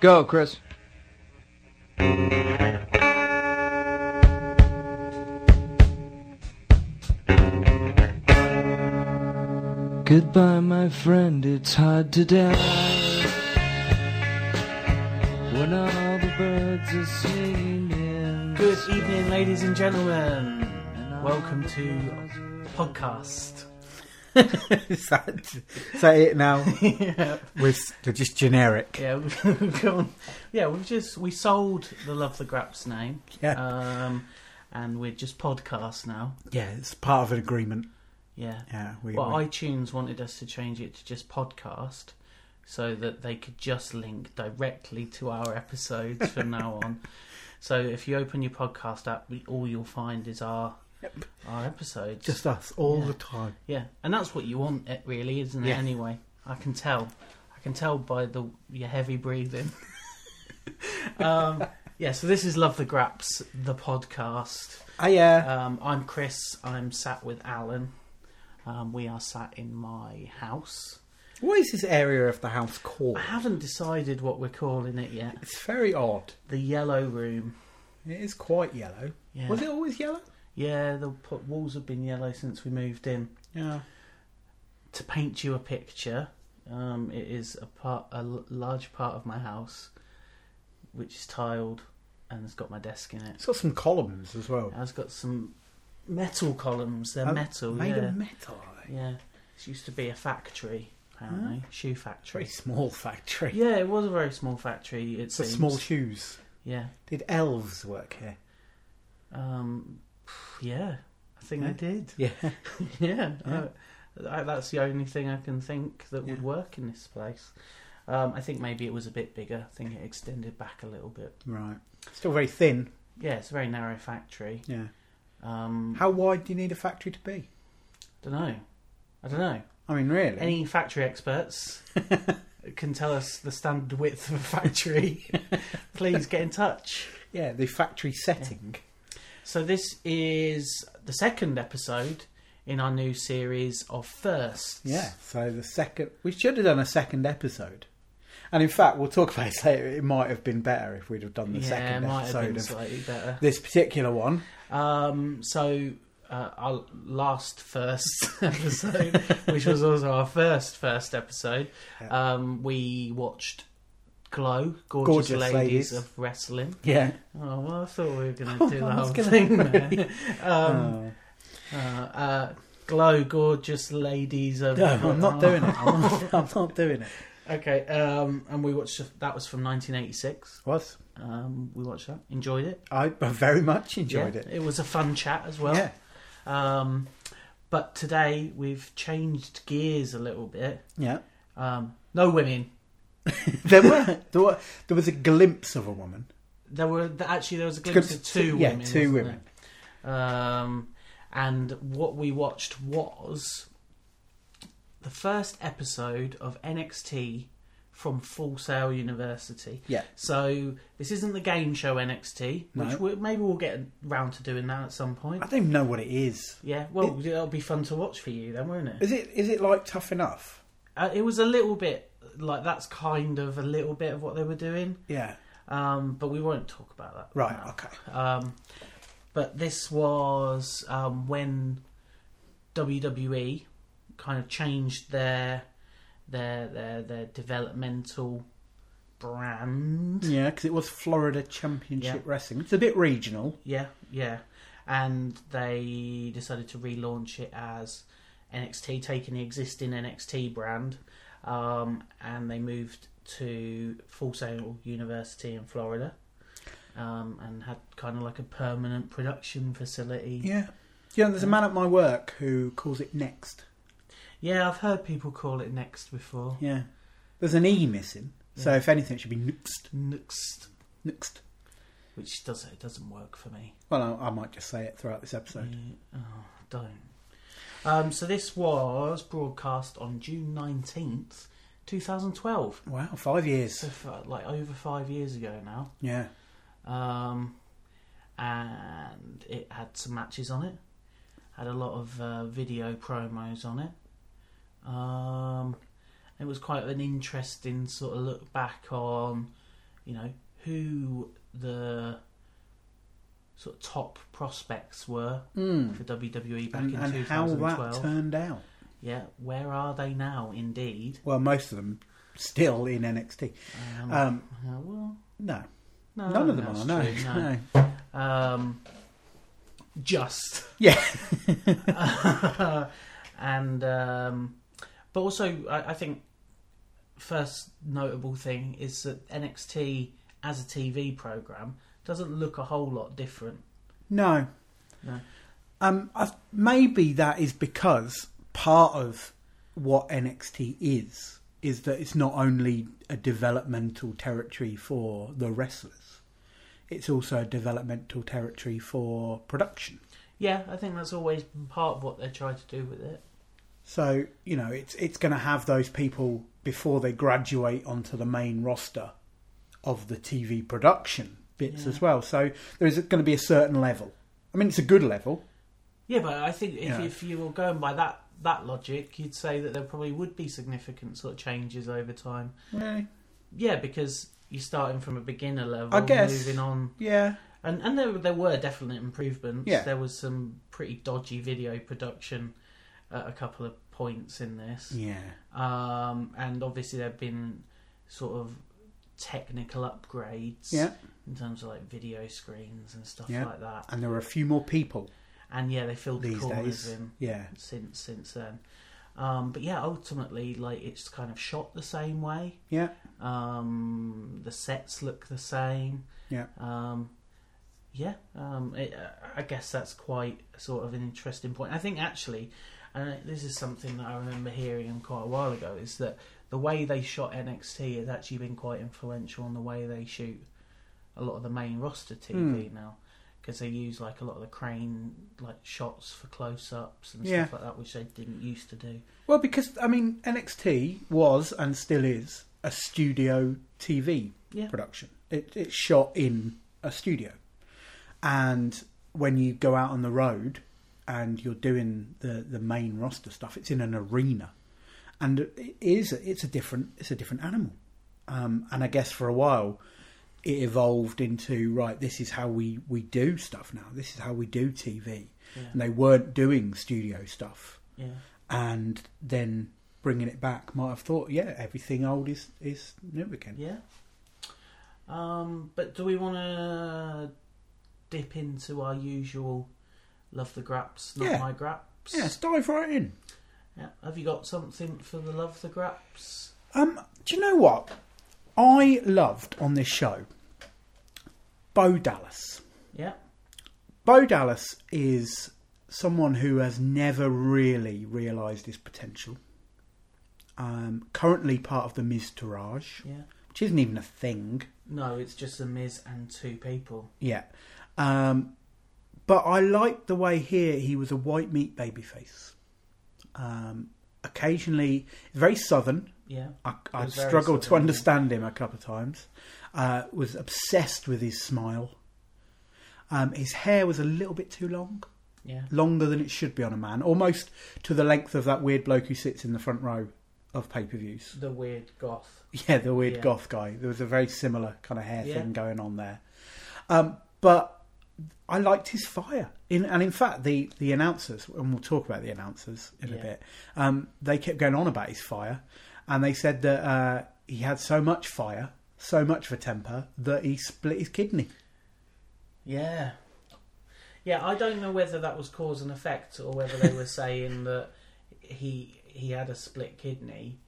Go, Chris. Goodbye, my friend, it's hard to die. When all the birds are singing in the Good sky. evening, ladies and gentlemen. uh, Welcome to podcast. is, that, is that it now? yeah, With they're just generic. yeah, we've gone. Yeah, we've just we sold the Love the Graps name, Yeah, um, and we're just podcast now. yeah. It's part of an agreement. Yeah. Yeah, we, Well, we- iTunes wanted us to change it to just podcast, so that they could just link directly to our episodes from now on. So if you open your podcast app, we- all you'll find is our our episodes. just us all Yeah. the time. Yeah, and that's what you want, it really, isn't it? Yeah. Anyway, I can tell. I can tell by the your heavy breathing. um, yeah, so this is Love the Graps, the podcast. Oh yeah. Um, I'm Chris. I'm sat with Alan. Um, we are sat in my house. what is this area of the house called? I haven't decided what we're calling it yet. It's very odd. The Yellow Room. It is quite yellow. Yeah. Was it always yellow? Yeah, the p- walls have been yellow since we moved in. Yeah. to paint you a picture, um, it is a part, a l- large part of my house, which is tiled, and it's got my desk in it. It's got some columns as well. It's got some metal columns. They're Oh, metal. yeah, Made of metal. are they? yeah. It used to be a factory, apparently, shoe factory. Oh. Very small factory. Yeah, it was a very small factory. It's It's a small shoes. Yeah. Did elves work here? Um, yeah. I think I Yeah. did. Yeah. yeah, Yeah. I, I, that's the only thing I can think that would Yeah. work in this place. Um, I think maybe it was a bit bigger. I think it extended back a little bit. Right. Still very thin. Yeah, it's a very narrow factory. Yeah. Um, How wide do you need a factory to be? don't know. I don't know. I mean, really? Any factory experts can tell us the standard width of a factory. Please get in touch. Yeah, the factory setting. So this is the second episode in our new series of firsts. Yeah. So the second, we should have done a second episode, and in fact, we'll talk about it later. It might have been better if we'd have done the yeah, second it might have episode been of slightly better. this particular one. Um, so uh, our last first episode, which was also our first first episode, um, we watched Glow, Gorgeous, Gorgeous Ladies, Ladies. of Wrestling. Yeah. Oh, well, I thought we were going to do the I was whole gonna- thing there. um, Oh. uh, uh, Glow, Gorgeous Ladies of... no, I'm not uh, doing it. I'm not, I'm not doing it. Okay, um, and we watched... That was from 1986. Was Um, we watched that. Enjoyed it. I very much enjoyed Yeah, it. It was a fun chat as well. yeah. Um, but today we've changed gears a little bit. Yeah. Um, no women. There were there were there was a glimpse of a woman. There were th- actually there was a glimpse of two yeah, women. two wasn't women. there? Um, and what we watched was the first episode of NXT from Full Sail University. Yeah. So this isn't the game show NXT, which No. we maybe we'll get round to doing that at some point. I don't even know what it is. Yeah, well, it'll be fun to watch for you then, won't it? Is it is it like tough enough? Uh, it was a little bit like that's kind of a little bit of what they were doing, Yeah. um, but we won't talk about that. Right. now. Okay. Um, but this was um, when WWE kind of changed their their their their developmental brand. Yeah, because it was Florida Championship Yeah. Wrestling. It's a bit regional. Yeah, yeah, and they decided to relaunch it as NXT, taking the existing NXT brand, um, and they moved to Full Sail University in Florida, um, and had kind of like a permanent production facility. Yeah. Yeah. You know, there's a man at my work who calls it Next. I've heard people call it Next before. Yeah. There's an E missing. So Yeah. if anything, it should be Next. Next, Next. which does it doesn't work for me. Well, I, I might just say it throughout this episode. Yeah. Oh, don't. Um, so this was broadcast on June nineteenth, two thousand twelve. Wow, five So years. for, like over five years ago now, Yeah. um, and it had some matches on it. Had a lot of uh, video promos on it. Um, it was quite an interesting sort of look back on you know, who the sort of top prospects were Mm. for WWE back And, in and how 2012. that turned out. yeah, where are they now? Indeed. Well, most of them still in NXT. Um, Um, uh, well, no, no, none of them Oh, that's are. No, true, no. no. Um, just. Yeah. and um, but also I, I think first notable thing is that NXT as a TV program doesn't look a whole lot different. No. No. Um, i maybe that is because part of what NXT is is that it's not only a developmental territory for the wrestlers, it's also a developmental territory for production. Yeah, I think that's always been part of what they try to do with it. So you know, it's it's going to have those people before they graduate onto the main roster of the TV production bits Yeah. as well. So there is going to be a certain level. I mean, it's a good level. Yeah, but I think if, Yeah. if you were going by that that logic, you'd say that there probably would be significant sort of changes over time. Yeah, because you're starting from a beginner level, I guess. moving on Yeah. And and there there were definite improvements. Yeah. There was some pretty dodgy video production at a couple of points in this. Yeah. Um, and obviously there've been sort of technical upgrades Yeah. in terms of like video screens and stuff Yeah. like that. And there are a few more people And yeah, they filled the these corners days. in Yeah. since since then. Um, but yeah, ultimately like it's kind of shot the same way. Yeah. Um, the sets look the same. Yeah. Um, yeah. Um, it, uh, I guess that's quite sort of an interesting point. I think actually, and this is something that I remember hearing quite a while ago, is that the way they shot NXT has actually been quite influential on the way they shoot a lot of the main roster TV Hmm. now. Because they use like a lot of the crane like shots for close ups and Yeah. stuff like that, which they didn't used to do. Well, because I mean, NXT was and still is a studio TV Yeah. production. It, it's shot in a studio, and when you go out on the road and you're doing the the main roster stuff, it's in an arena, and it is it's a different it's a different animal. Um, and I guess for a while, it evolved into right. This is how we we do stuff now. This is how we do TV, Yeah. and they weren't doing studio stuff Yeah. and then bringing it back might have thought yeah everything old is is new again Yeah. Um, but do we want to dip into our usual love the graps, not Yeah. my graps? yeah let's dive right in Yeah. Have you got something for the love the graps? um do you know what i loved on this show bo dallas Yeah. bo dallas is someone who has never really realized his potential um currently part of the Miz Tourage, Yeah. which isn't even a thing No, it's just the Miz and two people. Yeah. Um, but I liked the way here he was a white meat babyface. Um, occasionally, very southern. Yeah. I, I was very struggled to southern, yeah. understand him a couple of times. Uh, was obsessed with his smile. Um, his hair was a little bit too long, Yeah. longer than it should be on a man, almost to the length of that weird bloke who sits in the front row of pay per views. The weird goth. Yeah, the weird Yeah. goth guy. There was a very similar kind of hair Yeah. thing going on there. Um, but I liked his fire. In, and in fact, the, the announcers, and we'll talk about the announcers in a Yeah. bit, um, they kept going on about his fire. And they said that uh, he had so much fire, so much of a temper, that he split his kidney. Yeah. Yeah, I don't know whether that was cause and effect or whether they were saying that he he had a split kidney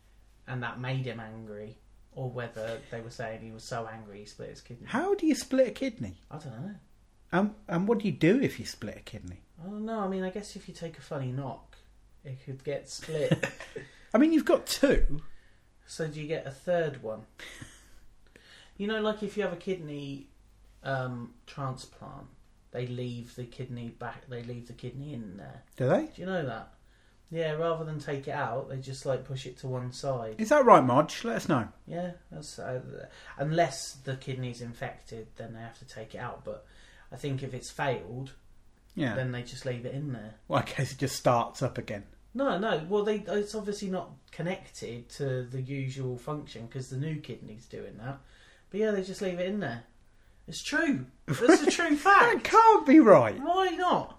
and that made him angry or whether they were saying he was so angry he split his kidney. How do you split a kidney? I don't know. And, and what do you do if you split a kidney? I don't know. I mean, I guess if you take a funny knock, it could get split. I mean, you've got two. so do you get a third one? You know, like if you have a kidney um, transplant, they leave the kidney back. They leave the kidney in there. Do they? Do you know that? Yeah, rather than take it out, they just like push it to one side. Is that right, Marge? Let us know. Yeah, that's uh, unless the kidney's infected, then they have to take it out. But I think if it's failed, Yeah. then they just leave it in there. well, I guess it just starts up again. No, no. Well, they it's obviously not connected to the usual function because the new kidney's doing that. But yeah, they just leave it in there. It's true. That's a true fact. That can't be right. Why not?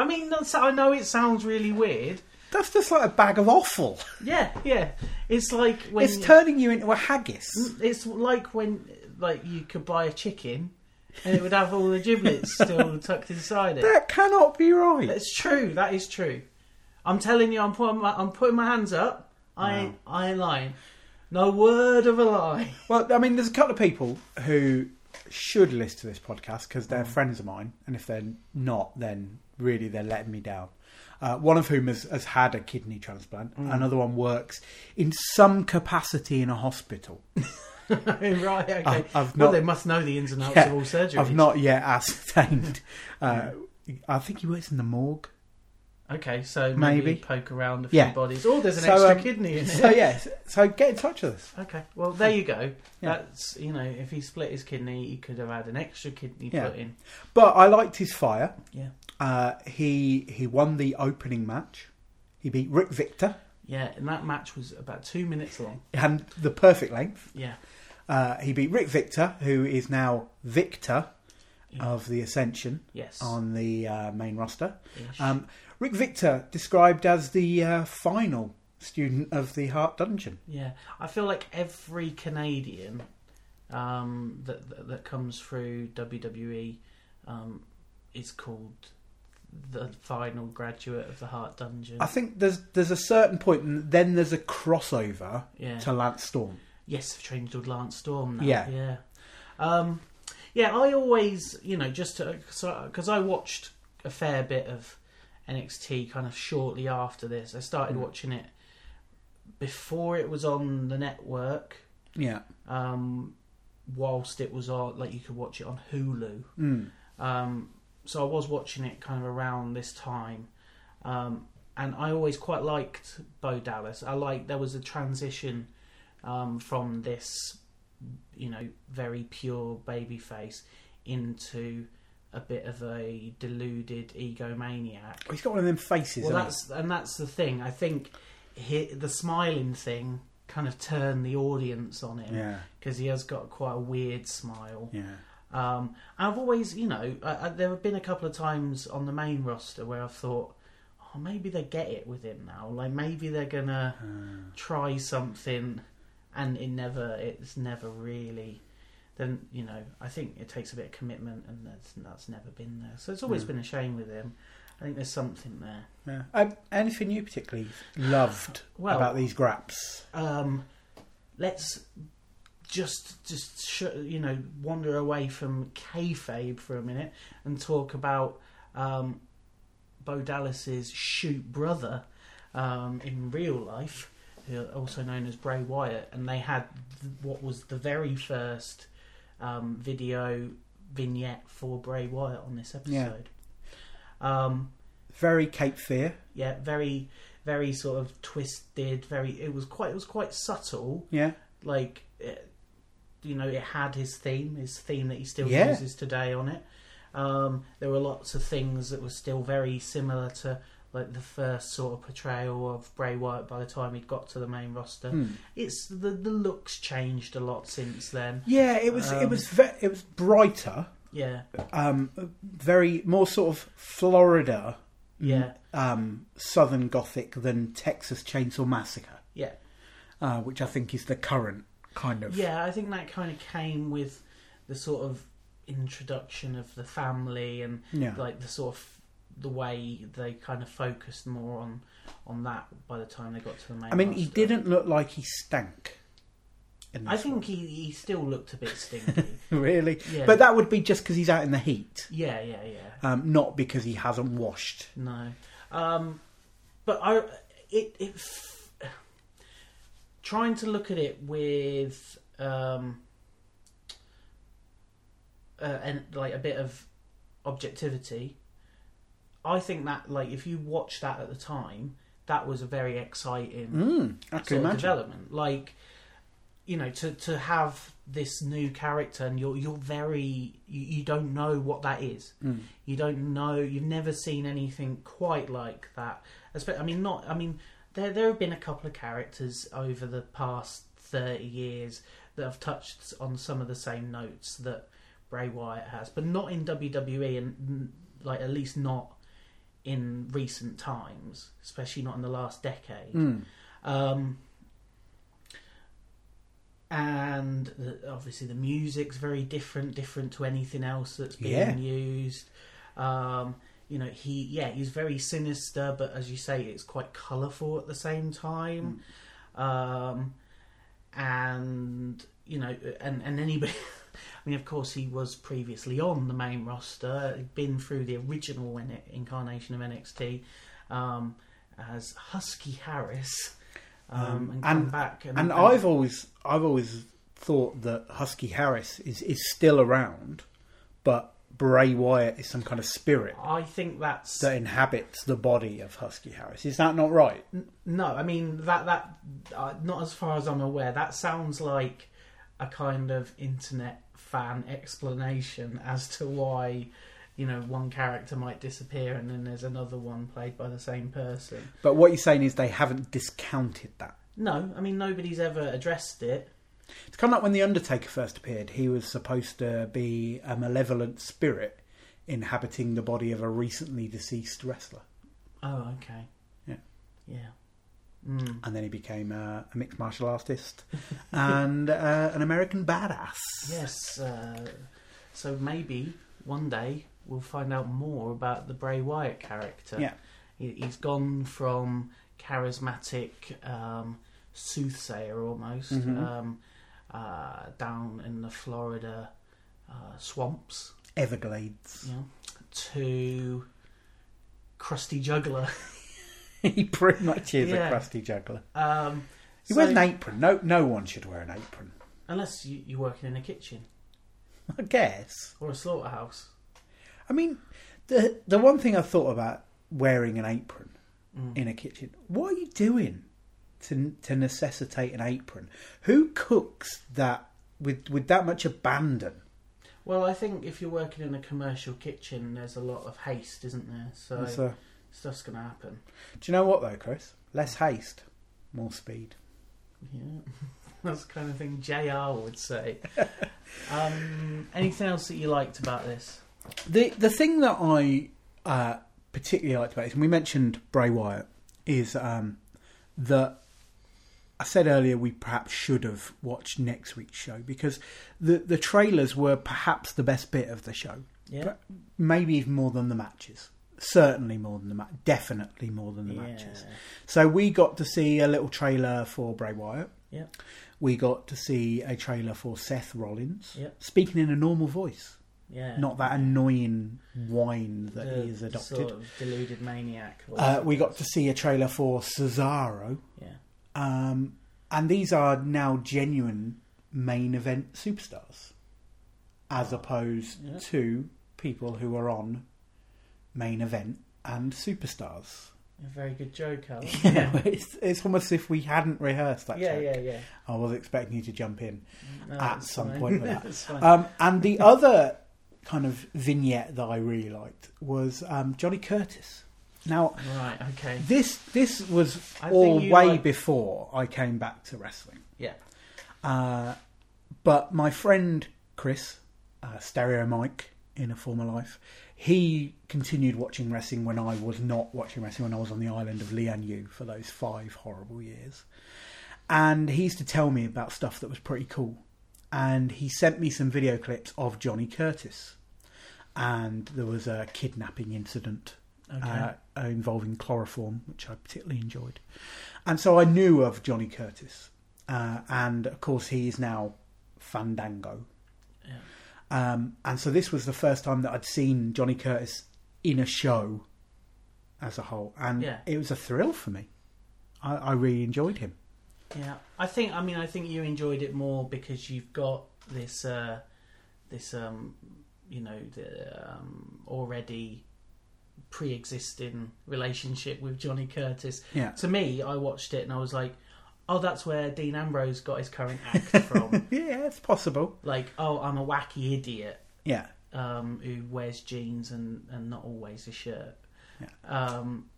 I mean, that's, I know it sounds really weird. That's just like a bag of offal. Yeah, yeah. It's like when It's turning you into a haggis. it's like when like you could buy a chicken and it would have all the giblets still tucked inside it. That cannot be right. That's true. That is true. I'm telling you, I'm putting my I'm putting my hands up. I ain't I ain't lying. No word of a lie. Well, I mean, there's a couple of people who should listen to this podcast because they're friends of mine, and if they're not, then really they're letting me down. Uh, one of whom has, has had a kidney transplant. Another one works in some capacity in a hospital. right? Okay. I've- I've well, not- they must know the ins and outs Yeah, of all surgery. I've not yet ascertained. Uh, I think he works in the morgue. Okay, so maybe, Maybe. poke around a few Yeah. bodies. Oh, there's an So, extra um, kidney in it. So yes, so get in touch with us. Okay, well there you go. Yeah. That's you know, if he split his kidney, he could have had an extra kidney Yeah. put in. But I liked his fire. Yeah, Uh, he he won the opening match. He beat Rick Victor yeah. And that match was about two minutes long. and the perfect length. Yeah, Uh, he beat Rick Victor, who is now Victor of the Ascension yes. on the uh, main roster. Ish. Um, Rick Victor described as the uh, final student of the Heart Dungeon. Yeah, I feel like every Canadian um, that, that that comes through WWE um, is called the final graduate of the Heart Dungeon. I think there's there's a certain point, and then there's a crossover yeah. to Lance Storm. Yes, I've changed with Lance Storm now. Yeah. yeah, um, yeah. I always, you know, just because I watched a fair bit of NXT kind of shortly after this. I Hmm. started watching it before it was on the network, Yeah, um, whilst it was on, like you could watch it on Hulu. mm. Um, so I was watching it kind of around this time, um, and I always quite liked Bo Dallas. I like there was a transition um, from this, you know, very pure baby face into a bit of a deluded egomaniac. he's got one of them faces. Well, hasn't that's and that's the thing. I think he, the smiling thing kind of turned the audience on he? him yeah, because he has got quite a weird smile. yeah. Um, I've always, you know, I, I, there have been a couple of times on the main roster where I've thought, oh, maybe they get it with him now. Like maybe they're gonna Uh. try something, and it never, it's never really. Then you know, I think it takes a bit of commitment, and that's that's never been there. So it's always been a shame with him. I think there's something there. yeah. Um, anything you particularly loved Well- about these graps? um, let's just just sh- you know wander away from kayfabe for a minute and talk about um, Bo Dallas's shoot brother um, in real life, who also known as Bray Wyatt, and they had th- what was the very first um, video vignette for Bray Wyatt on this episode. Um, Very Cape Fear. yeah, very very sort of twisted. Very it was quite it was quite subtle Yeah. like it, you know it had his theme his theme that he still Yeah. uses today on it um, there were lots of things that were still very similar to like the first sort of portrayal of Bray Wyatt by the time he got to the main roster it's the the looks changed a lot since then Yeah, it was it Um, was ve- it was brighter, yeah um, very more sort of Florida, yeah um, Southern Gothic than Texas Chainsaw Massacre, yeah uh, which I think is the current kind of. yeah I think that kind of came with the sort of introduction of the family and Yeah. like the sort of the way they kind of focused more on on that by the time they got to the main. I mean, he roster. didn't look like he stank. In I this think he, he still looked a bit stinky. one. really, Yeah. but that would be just because he's out in the heat, yeah, yeah, yeah. um, not because he hasn't washed. No, um, but I it it f- trying to look at it with um, uh, and like a bit of objectivity. I think that like if you watch that at the time, that was a very exciting Mm, I can sort of imagine. development. Like, you know, to to have this new character and you're you're very you, you don't know what that is. You don't know. You've never seen anything quite like that. Espe- I mean, not. I mean, there there have been a couple of characters over the past thirty years that have touched on some of the same notes that Bray Wyatt has, but not in WWE and mm, like at least not in recent times, especially not in the last decade. Mm. Um, and the, obviously, the music's very different, different to anything else that's being Yeah. used. Um, you know, he yeah, he's very sinister, but as you say, it's quite colourful at the same time. Um, and you know, and and anybody. I mean, of course, he was previously on the main roster, He'd been through the original N- incarnation of NXT um, as Husky Harris, um, Um, and come and- back. And, And I've always I've always thought that Husky Harris is, is still around, but Bray Wyatt is some kind of spirit I think that's that inhabits the body of Husky Harris. Is that not right? no. I mean that that uh, not as far as I'm aware. That sounds like a kind of internet fan explanation as to why you know one character might disappear and then there's another one played by the same person. But what you're saying is they haven't discounted that. No, I mean nobody's ever addressed it. It's kind of like when the Undertaker first appeared. He was supposed to be a malevolent spirit inhabiting the body of a recently deceased wrestler, Oh, okay. Yeah. Yeah. Mm. and then he became uh, a mixed martial artist and uh, an American badass. Yes. Uh, so maybe one day we'll find out more about the Bray Wyatt character. Yeah. He, he's gone from charismatic um, soothsayer almost Mhm. um, uh, down in the Florida uh, swamps, Everglades. you know, to crusty juggler. he pretty much is Yeah. a crusty juggler. Um, He so- wears an apron. No, no one should wear an apron. unless you, you're working in a kitchen I guess. or a slaughterhouse. I mean, the the one thing I thought about wearing an apron Mm. in a kitchen. What are you doing to to necessitate an apron? Who cooks that with with that much abandon? Well, I think if you're working in a commercial kitchen, there's a lot of haste, isn't there? So That's a- stuff's going to happen. do you know what though, Chris? Less haste, more speed. Yeah, that's the kind of thing JR would say. um, anything else that you liked about this? The the thing that I uh, particularly liked about this, and we mentioned Bray Wyatt, is um, that I said earlier we perhaps should have watched next week's show because the the trailers were perhaps the best bit of the show, Yeah, But- maybe even more than the matches. Certainly more than the match, definitely more than the yeah. matches. So we got to see a little trailer for Bray Wyatt. Yep. We got to see a trailer for Seth Rollins Yep. speaking in a normal voice yeah. not that annoying whine that The he has adopted. Sort of deluded maniac. uh, we got to see a trailer for Cesaro, yeah, um, and these are now genuine main event superstars, as opposed Yeah. to people who are on main event and superstars. a very good joke, Alan. it's, it's almost as if we hadn't rehearsed that. yeah, joke. yeah, yeah. I was expecting you to jump in. No, At it's some fine. point with that. It's fine. Um, and the other kind of vignette that I really liked was um, Johnny Curtis. Now, right. Okay. this this was I think all you way like- before I came back to wrestling. Yeah. Uh, but my friend Chris, uh, Stereo Mike in a former life, he continued watching wrestling when I was not watching wrestling, when I was on the island of Lianyu for those five horrible years. And he used to tell me about stuff that was pretty cool. And he sent me some video clips of Johnny Curtis. And there was a kidnapping incident Okay. uh, uh, involving chloroform, which I particularly enjoyed. And so I knew of Johnny Curtis, uh, and of course he is now Fandango. Yeah. Um, and so this was the first time that I'd seen Johnny Curtis in a show as a whole, and Yeah. it was a thrill for me. I, I really enjoyed him. Yeah, I think. I mean, I think you enjoyed it more because you've got this, uh, this, um, you know, the um, already pre-existing relationship with Johnny Curtis. Yeah. To me, I watched it and I was like, "Oh, that's where Dean Ambrose got his current act from." Yeah, it's possible. like, "Oh, I'm a wacky idiot Yeah, um, who wears jeans and, and not always a shirt." Yeah. Um,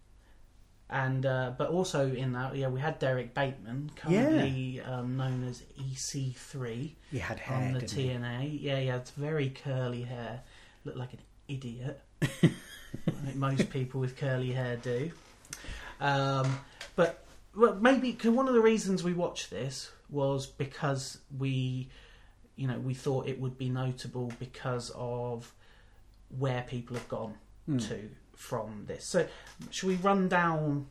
and uh, but also in that, yeah, we had Derek Bateman, currently um, known as EC3 He had hair. on the didn't he? TNA. Yeah, he had very curly hair. Looked like an idiot. I think most people with curly hair do. Um, but well, maybe cause one of the reasons we watched this was because we, you know, we thought it would be notable because of where people have gone to from this. So, should we run down?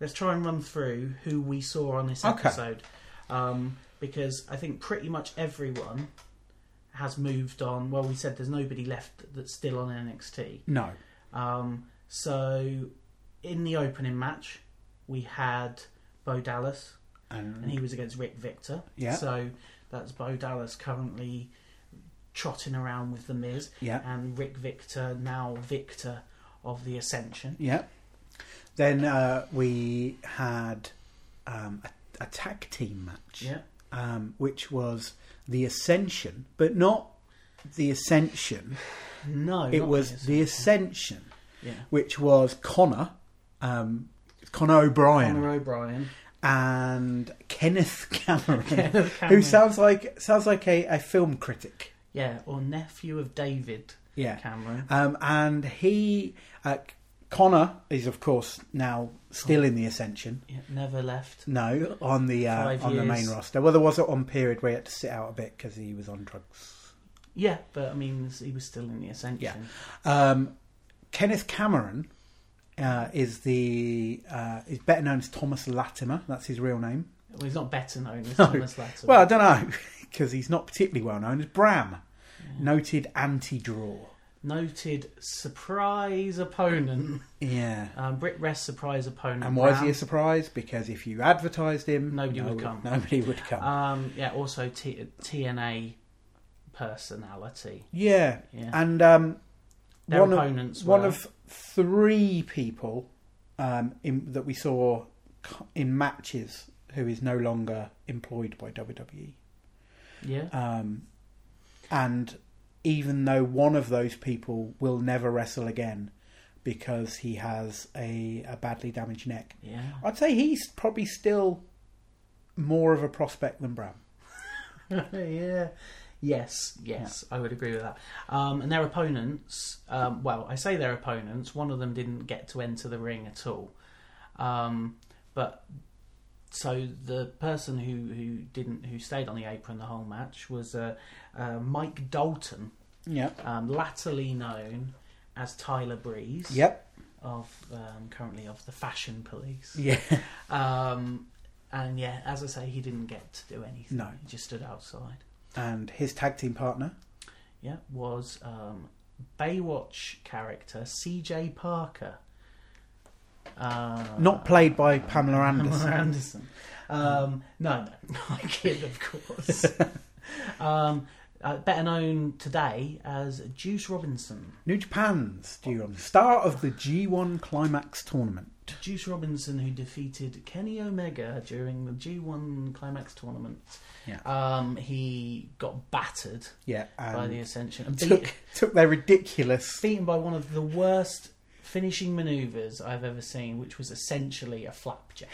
Let's try and run through who we saw on this Okay. episode, um, because I think pretty much everyone has moved on. Well, we said there's nobody left that's still on NXT. No. Um, so, in the opening match, we had Bo Dallas, and And he was against Rick Victor. Yeah. So that's Bo Dallas currently trotting around with the Miz, yeah, and Rick Victor now Victor of the Ascension. yeah. Then uh, we had um, a, a tag team match, Yeah. um, which was the Ascension, but not the Ascension. No, It not was his. the Ascension, yeah. which was Connor, um, Connor O'Brien, Conor O'Brien. and Kenneth Cameron, Kenneth who Cameron. sounds like sounds like a, a film critic. Yeah, or nephew of David Yeah. Cameron. Um, and he, uh, Connor, is of course now Oh. still in the Ascension. Yeah, never left. No, on the uh, Five on the main years. roster. Well, there was one period where he had to sit out a bit because he was on drugs. Yeah, but I mean, he was still in the Ascension. Yeah. Um, Kenneth Cameron uh, is the uh, is better known as Thomas Latimer. That's his real name. Well, he's not better known as No. Thomas Latimer. Well, I don't know because he's not particularly well known as Bram, Mm. noted anti-draw. noted surprise opponent. Yeah. Um, Britt Rest's surprise opponent. And why is Brown. he a surprise? Because if you advertised him, Uh, Nobody would come. Nobody would come. Um, yeah, also T- TNA personality. yeah. Yeah. And um, Their one of opponents one were of three people um, in, that we saw co- in matches who is no longer employed by WWE. yeah, Um, and even though one of those people will never wrestle again because he has a, a badly damaged neck, yeah. I'd say he's probably still more of a prospect than Bram. yeah. Yes, yes, I would agree with that. Um, and their opponents, um, well, I say their opponents, one of them didn't get to enter the ring at all. Um, but so the person who, who didn't, who stayed on the apron the whole match was uh, uh, Mike Dalton, Yeah. um, latterly known as Tyler Breeze, Yep. of um, currently of the Fashion Police. Yeah. Um, and yeah, as I say, he didn't get to do anything. No. He just stood outside. And his tag team partner. yeah, was um, Baywatch character C.J. Parker. Uh, Not played by Pamela Anderson. Pamela Anderson. Um, no, no, I kid, of course. um, uh, better known today as Juice Robinson. New Japan's G1. Star of the G1 Climax Tournament. Juice Robinson, who defeated Kenny Omega during the G1 Climax tournament. Yeah. Um, he got battered Yeah. by the And Ascension. and beat- took, took their ridiculous. beaten by one of the worst finishing maneuvers I've ever seen, which was essentially a flapjack.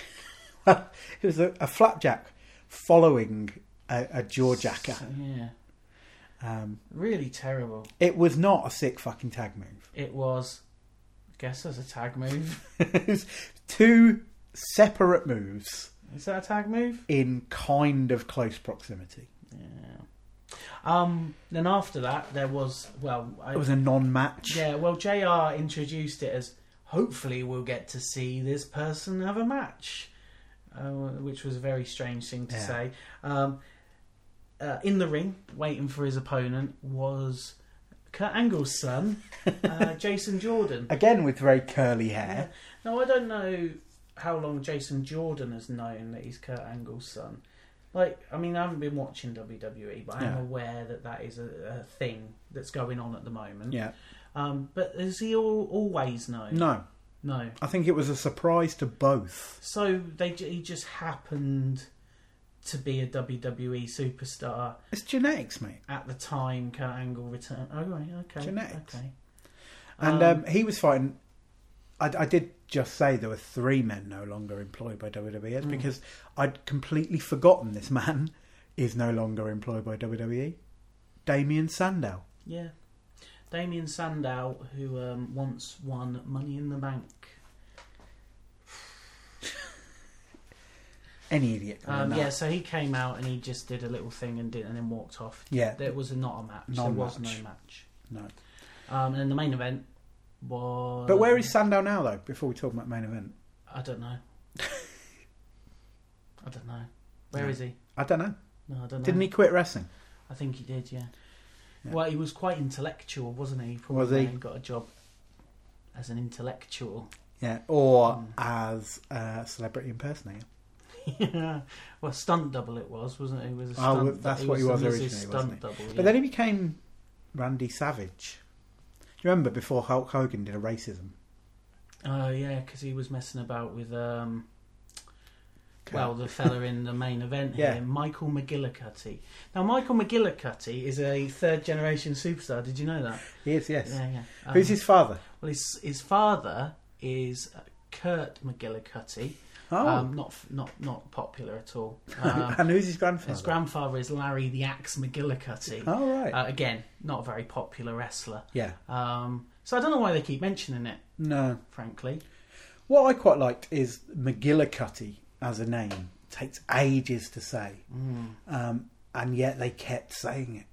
it was a, a flapjack following a, a jawjacker. So, yeah, Um, really terrible. it was not a sick fucking tag move. It was, I guess, that's a tag move. it was two separate moves Is that a tag move? in kind of close proximity. Yeah. Um. Then after that, there was well, I, It was a non-match. yeah. Well, Jr. introduced it as hopefully we'll get to see this person have a match, uh, which was a very strange thing to Yeah. say. Um, uh, in the ring, waiting for his opponent, was Kurt Angle's son, uh, Jason Jordan. Again with very curly hair. Now, I don't know how long Jason Jordan has known that he's Kurt Angle's son. Like, I mean, I haven't been watching WWE, but I am Yeah. aware that that is a, a thing that's going on at the moment. Yeah. Um, but has he all, always known? No, No. I think it was a surprise to both. So they j- he just happened to be a WWE superstar It's genetics, mate. at the time Kurt Angle returned. Oh, right, okay, Genetics. okay. And um, he was fighting I, I did just say there were three men no longer employed by WWE. Hmm. It's because I'd completely forgotten this man is no longer employed by WWE. Damien Sandow. Yeah. Damien Sandow, who um, once won Money in the Bank. Any idiot. can Um, win that. yeah, so he came out and he just did a little thing and did, and then walked off. Yeah. There was not a match. No there was match. no match. No. Um, and then the main event was. But where is Sandow now, though? Before we talk about main event, I don't know. I don't know. Where No. is he? I don't know. No, I don't know. Didn't he quit wrestling? I think he did. Yeah. Yeah. Well, he was quite intellectual, wasn't he? Probably Was he? and got a job as an intellectual. Yeah, or Hmm. as a celebrity impersonator. yeah. Well, stunt double it was, wasn't it? It was a Oh, stunt. well, that's it what he was the Miz's originally, Stunt wasn't he? double. But then he became Randy Savage. Do you remember before Hulk Hogan did a racism? Oh yeah, because he was messing about with um, Okay. well, the fella in the main event Yeah. here, Michael McGillicuddy. Now, Michael McGillicuddy is a third-generation superstar. Did you know that? he is, yes. Yeah, yeah. Um, Who's his father? Well, his his father is uh, Kurt McGillicuddy. Oh, Um, not f- not not popular at all. Um, and who's his grandfather? his grandfather is Larry the Axe McGillicuddy. Oh right, Uh, again, not a very popular wrestler. yeah. Um, so I don't know why they keep mentioning it. No, Frankly, what I quite liked is McGillicuddy as a name takes ages to say, Mm. um, and yet they kept saying it.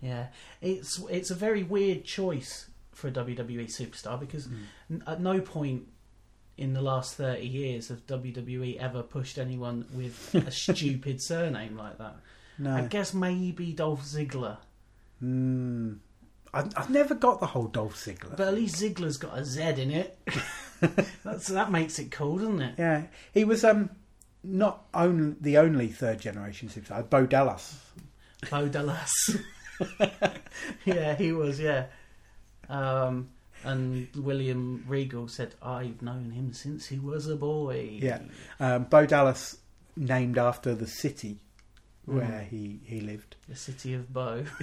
yeah, it's it's a very weird choice for a WWE superstar because Hmm. n- at no point in the last thirty years have WWE ever pushed anyone with a stupid surname like that. I No, guess maybe Dolph Ziggler, mm. I, I've never got the whole Dolph Ziggler. but at least Ziggler's got a Z in it. That's that makes it cool, doesn't it? Yeah, he was um, not only the only third generation superstar. Bo Dallas. Bo Dallas. yeah, he was. Yeah. Um, and William Regal said, "I've known him since he was a boy." Yeah, um, Bo Dallas named after the city where Mm. he he lived. the city of Bo.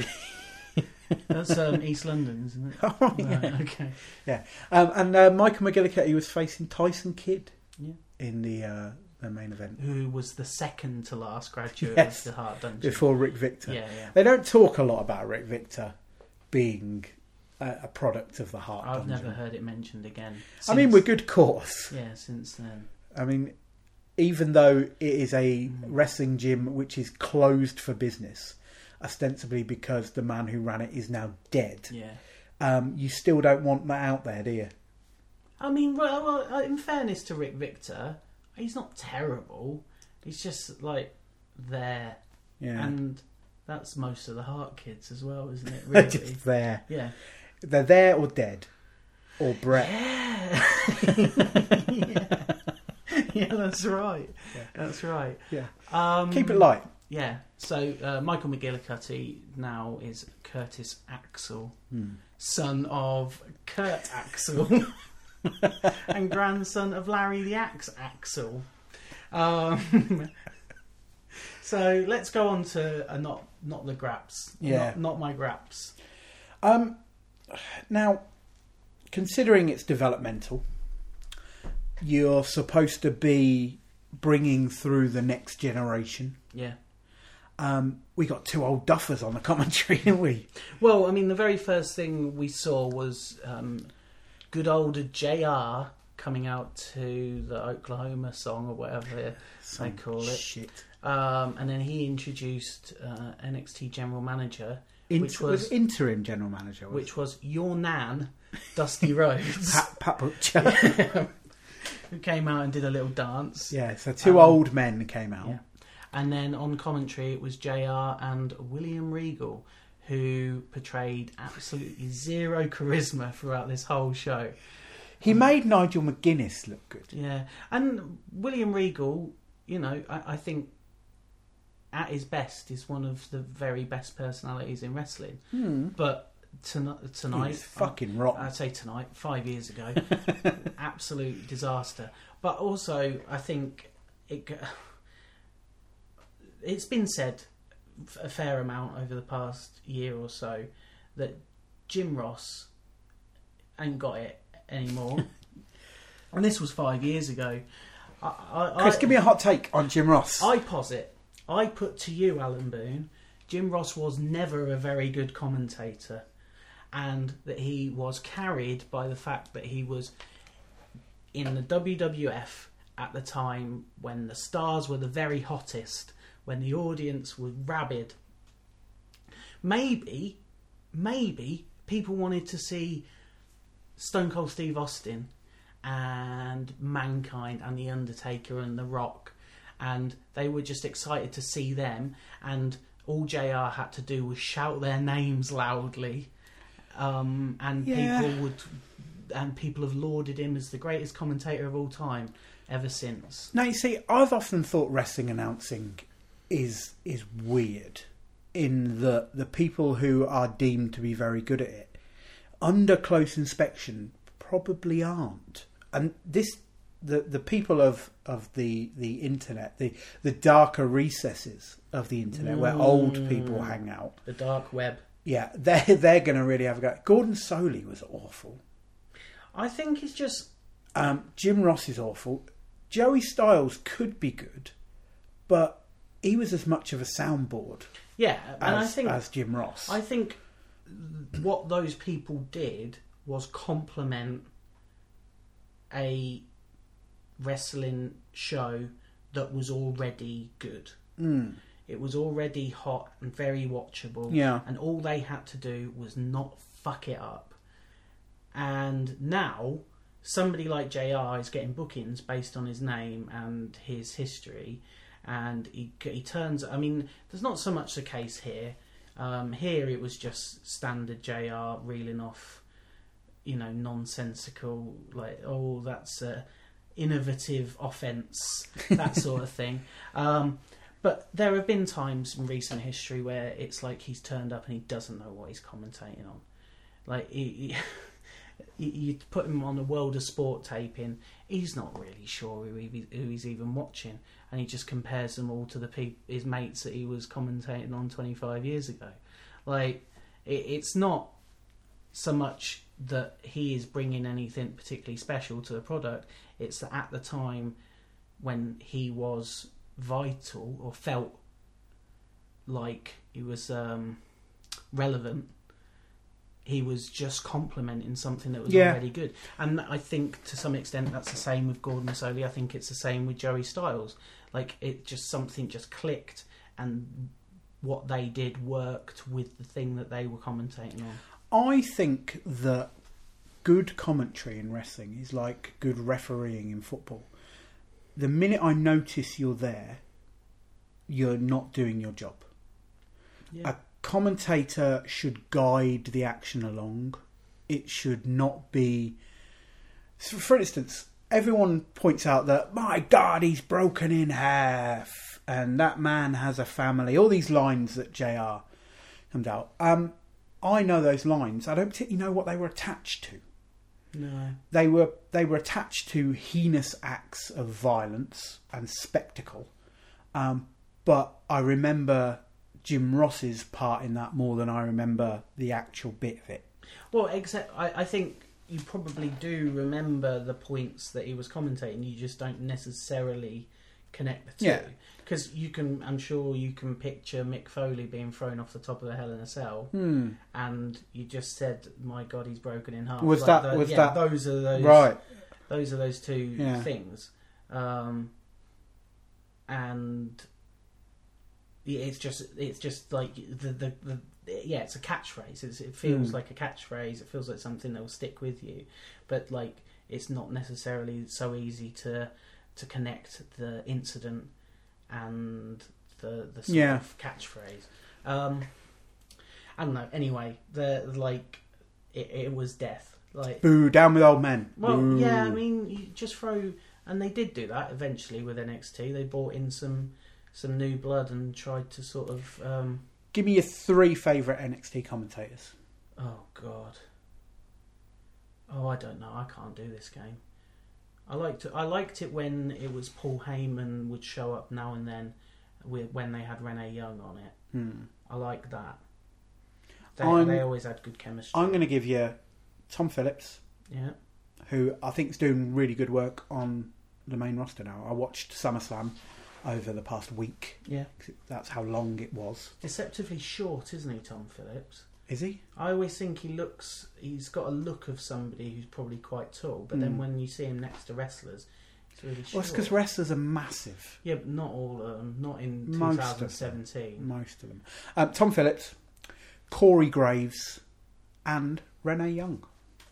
That's um, East London, isn't it? Oh, yeah. Right, okay. Um, and uh, Michael McGillicuddy was facing Tyson Kidd Yeah. in the uh, the main event Who was the second to last graduate Yes. of the Heart Dungeon? before Rick Victor. Yeah, yeah. They don't talk a lot about Rick Victor being a, a product of the heart. I've Dungeon. never heard it mentioned again. I mean, since- we're good cause. yeah, since then. I mean, even though it is a Hmm. wrestling gym which is closed for business, ostensibly because the man who ran it is now dead, Yeah. um, you still don't want that out there, do you? I mean, well, well, uh, in fairness to Rick Victor, he's not terrible. He's just like there, Yeah. and that's most of the Heart kids as well, isn't it? They're Really? just there. Yeah. They're there or dead. Or Brett. yeah. Yeah, that's right. That's right. Yeah. Um, Keep it light. Yeah. So uh, Michael McGillicuddy now is Curtis Axel, Hmm. son of Kurt Axel, and grandson of Larry the Axe Axel. Um, so let's go on to uh, not not the graps. Yeah. Not, not my graps. Um, now, considering it's developmental, you're supposed to be bringing through the next generation. Yeah. Um, we got two old duffers on the commentary, didn't we? Well, I mean, the very first thing we saw was um, good old JR coming out to the Oklahoma song or whatever they Some call it. Shit. Um, and then he introduced uh, NXT general manager, Inter- which was, interim general manager, was which was your nan, Dusty Rhodes, Pat, Pat Butcher. who came out and did a little dance. yeah, so two Um, old men came out. Yeah. And then on commentary, it was JR and William Regal, who portrayed absolutely zero charisma throughout this whole show. He made Nigel McGuinness look good. Yeah, and William Regal, you know, I, I think at his best is one of the very best personalities in wrestling. But tonight, He tonight, was fucking rotten. I'd say tonight, five years ago, absolute disaster. But also, I think it g- it's been said f- a fair amount over the past year or so that Jim Ross ain't got it anymore. and this was five years ago. I, I, Chris, I, give me a hot take on Jim Ross. I posit, I put to you, Alan Boone, Jim Ross was never a very good commentator, and that he was carried by the fact that he was in the WWF at the time when the stars were the very hottest, when the audience was rabid. Maybe, maybe people wanted to see Stone Cold Steve Austin and Mankind and The Undertaker and The Rock, and they were just excited to see them. And all JR had to do was shout their names loudly, um, and Yeah. people would, and people have lauded him as the greatest commentator of all time ever since. Now you see, I've often thought wrestling announcing is is weird in that the people who are deemed to be very good at it under close inspection probably aren't. And this the the people of of the the internet, the the darker recesses of the internet where old people hang out. The dark web. Yeah, they're they're gonna really have a go. Gordon Soley was awful. I think it's just Um, Jim Ross is awful. Joey Styles could be good, but he was as much of a soundboard yeah, and as, I think as Jim Ross. I think what those people did was complement a wrestling show that was already good. Hmm. It was already hot and very watchable. Yeah. And all they had to do was not fuck it up. And now somebody like JR is getting bookings based on his name and his history. And he, he turns, I mean, there's not so much the case here. Um, here it was just standard JR reeling off, you know, nonsensical, like, oh, that's a innovative offence, that sort of thing. Um, but there have been times in recent history where it's like he's turned up and he doesn't know what he's commentating on. Like he, he, you put him on a world of sport taping, he's not really sure who, he, who he's even watching, and he just compares them all to the peop his mates that he was commentating on 25 years ago. Like it, it's not so much that he is bringing anything particularly special to the product; it's that at the time when he was vital or felt like he was um, relevant, he was just complimenting something that was Yeah. already good. And I think to some extent that's the same with Gordon Soley. I think it's the same with Joey Styles. Like it just something just clicked and what they did worked with the thing that they were commentating on. I think that good commentary in wrestling is like good refereeing in football. The minute I notice you're there, you're not doing your job. Yeah. A commentator should guide the action along. It should not be. So for instance, everyone points out that, my God, he's broken in half, and that man has a family. All these lines that JR comes out. Um, I know those lines. I don't particularly know what they were attached to no. they were they were attached to heinous acts of violence and spectacle. Um, but I remember Jim Ross's part in that more than I remember the actual bit of it. Well, except I, I think you probably do remember the points that he was commentating. You just don't necessarily connect the two. Yeah. Because you can, I'm sure you can picture Mick Foley being thrown off the top of a Hell in a Cell, and you just said, "My God, he's broken in half." Was Like, that- tho- was yeah, that- Those are those Right. those are those two Yeah. things um and yeah, it's just it's just like the the, the yeah it's a catchphrase it's, it feels Mm. like a catchphrase it feels like something that will stick with you but like it's not necessarily so easy to to connect the incident and the the sort Yeah. of catchphrase um i don't know anyway the like it, it was death like Boo, down with old men. well, Boo. yeah, I mean, you just throw, and they did do that eventually with NXT. They brought in some some new blood and tried to sort of. Um, Give me your three favourite NXT commentators. oh God. Oh, I don't know. I can't do this game. I liked I liked it when it was Paul Heyman would show up now and then, with, when they had Renee Young on it. Hmm. I like that. They, I'm- they always had good chemistry. I'm going to give you Tom Phillips, yeah. who I think is doing really good work on the main roster now. I watched SummerSlam over the past week. Yeah. 'cause it- That's how long it was. Deceptively short, isn't he, Tom Phillips? Is he? I always think he looks, he's got a look of somebody who's probably quite tall, but Mm. then when you see him next to wrestlers, it's really Well, short. it's because wrestlers are massive. yeah, but not all of them, not in Most of them. Hmm. 2017. Most of them. Um, Tom Phillips, Corey Graves, and Renee Young.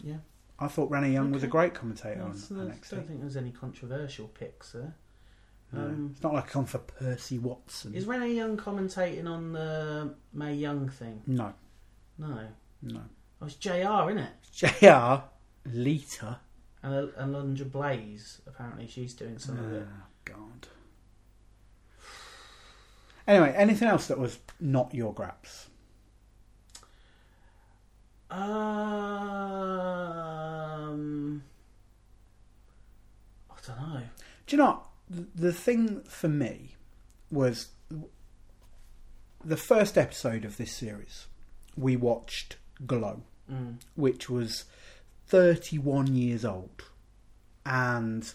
Yeah. I thought Renee Young was a Okay. great commentator That's- on that's- I don't NXT. think there's any controversial picks there. No. um, it's not like on for Percy Watson. Is Renee Young commentating on the May Young thing? no, No. no. Oh, it's JR, isn't it? JR Lita. And Alundra Blaze, apparently, she's doing some of it. Ah, God. Anyway, anything else that was not your graps? Um, I don't know. Do you know what? the the thing for me was the first episode of this series? We watched Glow, Mm. which was 31 years old, and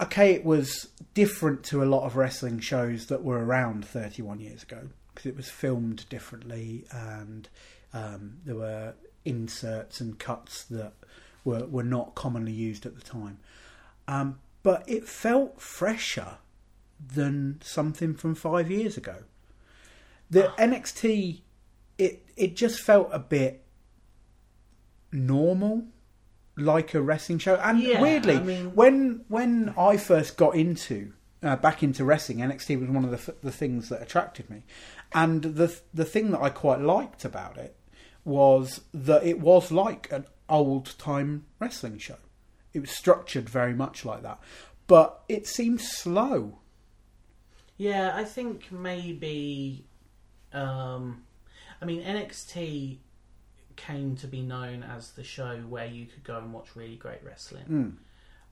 okay, it was different to a lot of wrestling shows that were around 31 years ago because it was filmed differently and um, there were inserts and cuts that were, were not commonly used at the time. Um, but it felt fresher than something from five years ago. Ah. The NXT, it it just felt a bit normal, like a wrestling show. And Yeah, weirdly, I mean- when when I first got into uh, back into wrestling, NXT was one of the, f- the things that attracted me, and the th- the thing that I quite liked about it was that it was like an old time wrestling show. It was structured very much like that, but it seemed slow. Yeah, I think maybe. Um, I mean, NXT came to be known as the show where you could go and watch really great wrestling.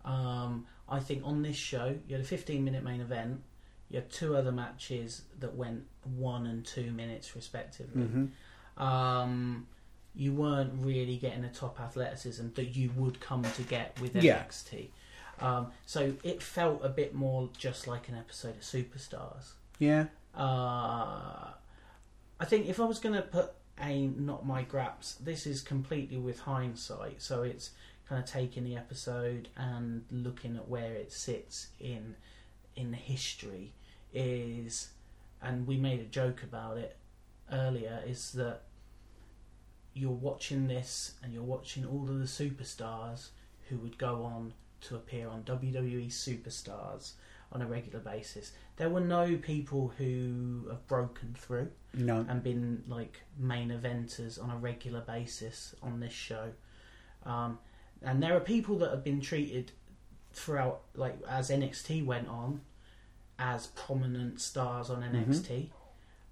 Um, I think on this show, you had a 15 minute main event, you had two other matches that went one and two minutes respectively. Um, you weren't really getting the top athleticism that you would come to get with Yeah. NXT. Um, so it felt a bit more just like an episode of Superstars. Yeah, Uh, I think if I was going to put a not my graps, this is completely with hindsight. So it's kind of taking the episode and looking at where it sits in in the history is, and we made a joke about it earlier. Is that you're watching this and you're watching all of the superstars who would go on to appear on WWE Superstars on a regular basis. There were no people who have broken through no, and been like main eventers on a regular basis on this show. Um, and there are people that have been treated throughout, like as NXT went on, as prominent stars on NXT.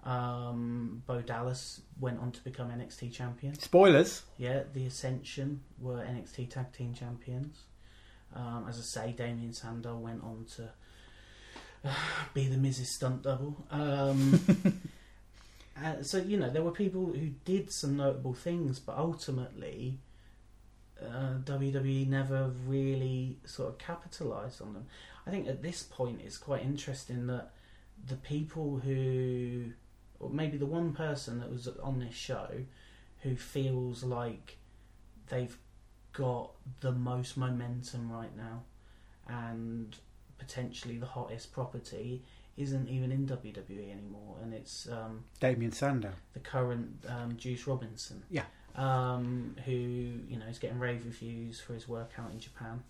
Um, Bo Dallas went on to become NXT champion. spoilers. Yeah, the Ascension were NXT Tag Team Champions. Um, as I say, Damien Sandow went on to be the Mrs. Stunt Double. Um, uh, so, you know, there were people who did some notable things, but ultimately, uh, WWE never really sort of capitalised on them. I think at this point it's quite interesting that the people who, or maybe the one person that was on this show who feels like they've got the most momentum right now and potentially the hottest property isn't even in WWE anymore, and it's um, Damien Sandow. the current um, Juice Robinson. Yeah. Um, who you know is getting rave reviews for his work out in Japan,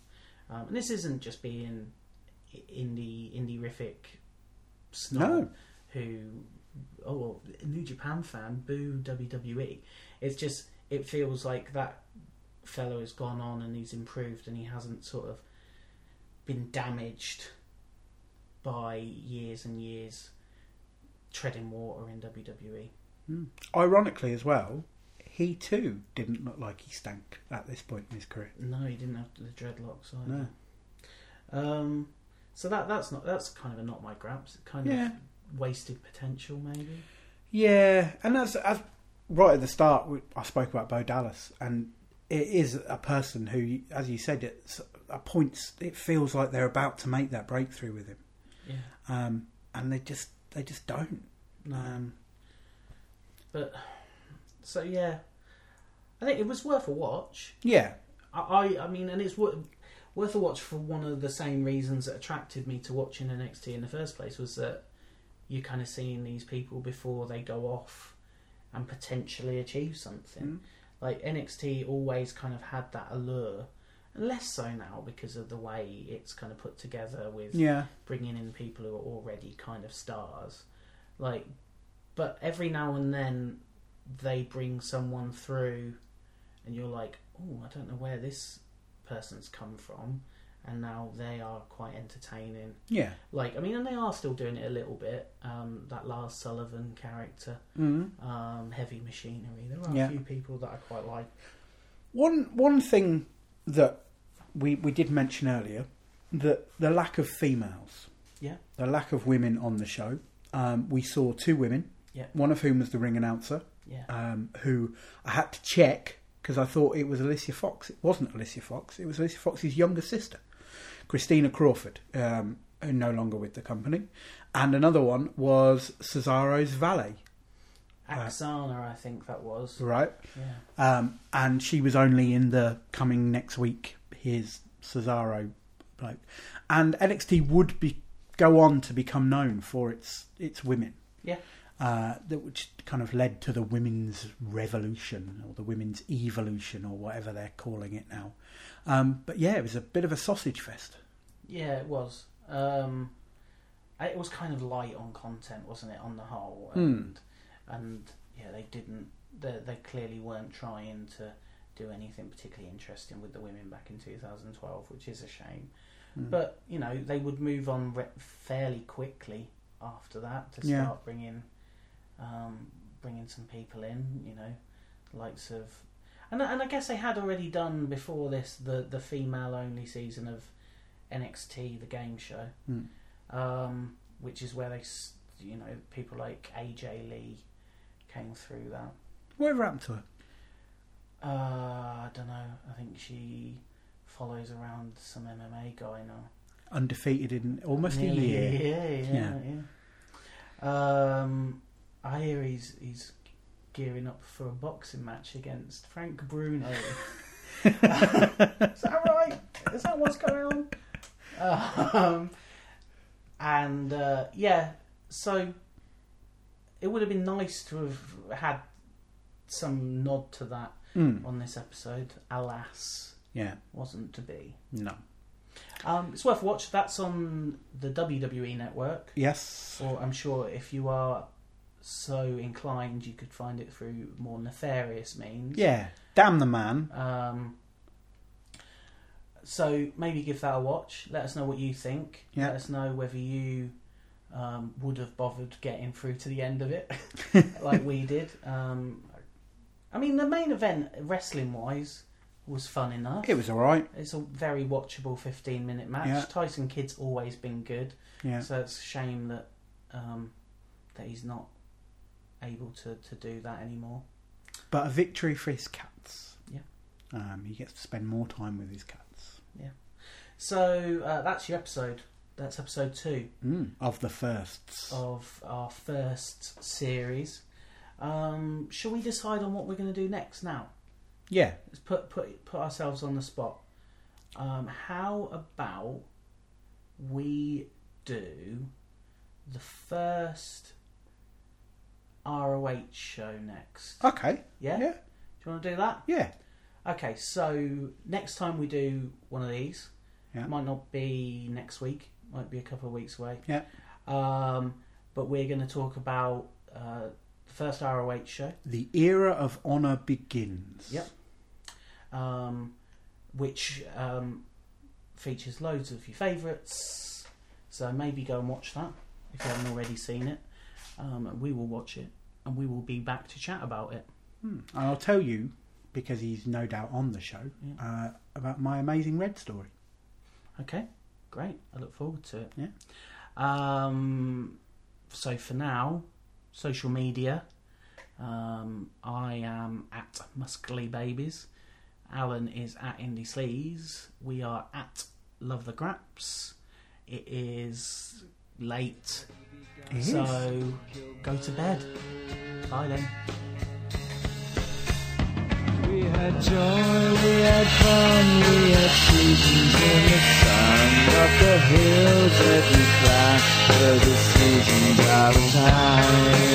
um, and this isn't just being i- indie indie-rific snob No. who oh well, New Japan fan boo WWE. It's just it feels like that fellow has gone on and he's improved and he hasn't sort of been damaged by years and years treading water in E. WWE. Ironically, as well, he too didn't look like he stank at this point in his career. No, he didn't have the dreadlocks either. No. Um, so that that's not that's kind of a not my grabs kind Yeah. of wasted potential maybe. Yeah, and as as right at the start, we, I spoke about Bo Dallas, and it is a person who, as you said, it's at points it feels like they're about to make that breakthrough with him, Yeah. um, and they just they just don't. No. Um, But so yeah, I think it was worth a watch. yeah, I I, I mean, and it's worth worth a watch for one of the same reasons that attracted me to watching NXT in the first place was that you kind of seeing these people before they go off and potentially achieve something. Mm. Like NXT always kind of had that allure, and less so now because of the way it's kind of put together with yeah, bringing in people who are already kind of stars. Like, but every now and then they bring someone through, and you're like, oh, I don't know where this person's come from, and now they are quite entertaining. yeah. Like, I mean, and they are still doing it a little bit. Um, that Lars Sullivan character, mm um, Heavy Machinery. There are Yeah. a few people that I quite like. One one thing that we we did mention earlier that the lack of females, Yeah. the lack of women on the show. Um, we saw two women, Yeah. one of whom was the ring announcer, Yeah, um, who I had to check because I thought it was Alicia Fox. It wasn't Alicia Fox. It was Alicia Fox's younger sister, Christina Crawford, um, who no longer with the company, and another one was Cesaro's valet, Axana, I think that was. right? Yeah. Um, and she was only in the coming next week. Here's Cesaro, bloke, and NXT would be go on to become known for its its women. Yeah. Uh, that which kind of led to the women's revolution or the women's evolution or whatever they're calling it now. Um, but yeah, it was a bit of a sausage fest. Yeah, it was. Um, it was kind of light on content, wasn't it, on the whole? Hmm. And and yeah, they didn't. They, they clearly weren't trying to do anything particularly interesting with the women back in 2012, which is a shame. Mm. But you know, they would move on re- fairly quickly after that to start Yeah. bringing um, bringing some people in. You know, likes of. And, and I guess they had already done before this the, the female only season of NXT, the game show, Mm. um, which is where they, s- you know, people like AJ Lee came through that. Whatever happened to her? Uh, I don't know. I think she follows around some MMA guy now. Undefeated in almost a yeah, year. Yeah, yeah, yeah. Um, I hear he's he's gearing up for a boxing match against Frank Bruno. Is that right? Is that what's going on? Um, and uh, yeah, so it would have been nice to have had some nod to that Mm, on this episode. Alas, yeah. wasn't to be. No. Um, it's worth a watch. That's on the WWE network. Yes. Or I'm sure if you are so inclined, you could find it through more nefarious means. Yeah. Damn the man. Um, so maybe give that a watch. Let us know what you think. Yeah. Let us know whether you um, would have bothered getting through to the end of it like we did. Um, I mean, the main event, wrestling wise, was fun enough. It was all right. It's a very watchable 15 minute match. Yeah. Tyson Kidd's always been good. Yeah. So it's a shame that um, that he's not able to, to do that anymore. But a victory for his cats. Yeah. Um, he gets to spend more time with his cats. So uh, that's your episode. That's episode two Mm. Of the firsts. of our first series. Um, shall we decide on what we're going to do next now? Yeah. Let's put put put ourselves on the spot. Um, how about we do the first ROH show next? Okay. Yeah. Yeah. Do you want to do that? Yeah. Okay, so next time we do one of these, Yeah. might not be next week, might be a couple of weeks away. Yeah. Um, but we're going to talk about uh, the first ROH show, The era of honor begins. Yep. um, which um, features loads of your favourites. So maybe go and watch that if you haven't already seen it. Um, we will watch it and we will be back to chat about it. Hmm. And I'll tell you, because he's no doubt on the show, Yeah. uh, about my amazing red story. Okay, great. I look forward to it. Yeah. Um, so for now, social media. Um, I am at Muscly Babies, Alan is at Indie Sleaze. We are at Love the Graps. It is late, It is. so go to bed. Bye then. We had joy, we had fun, we had seasons in the sun. Up the hills that we climbed, were the seasons out of time.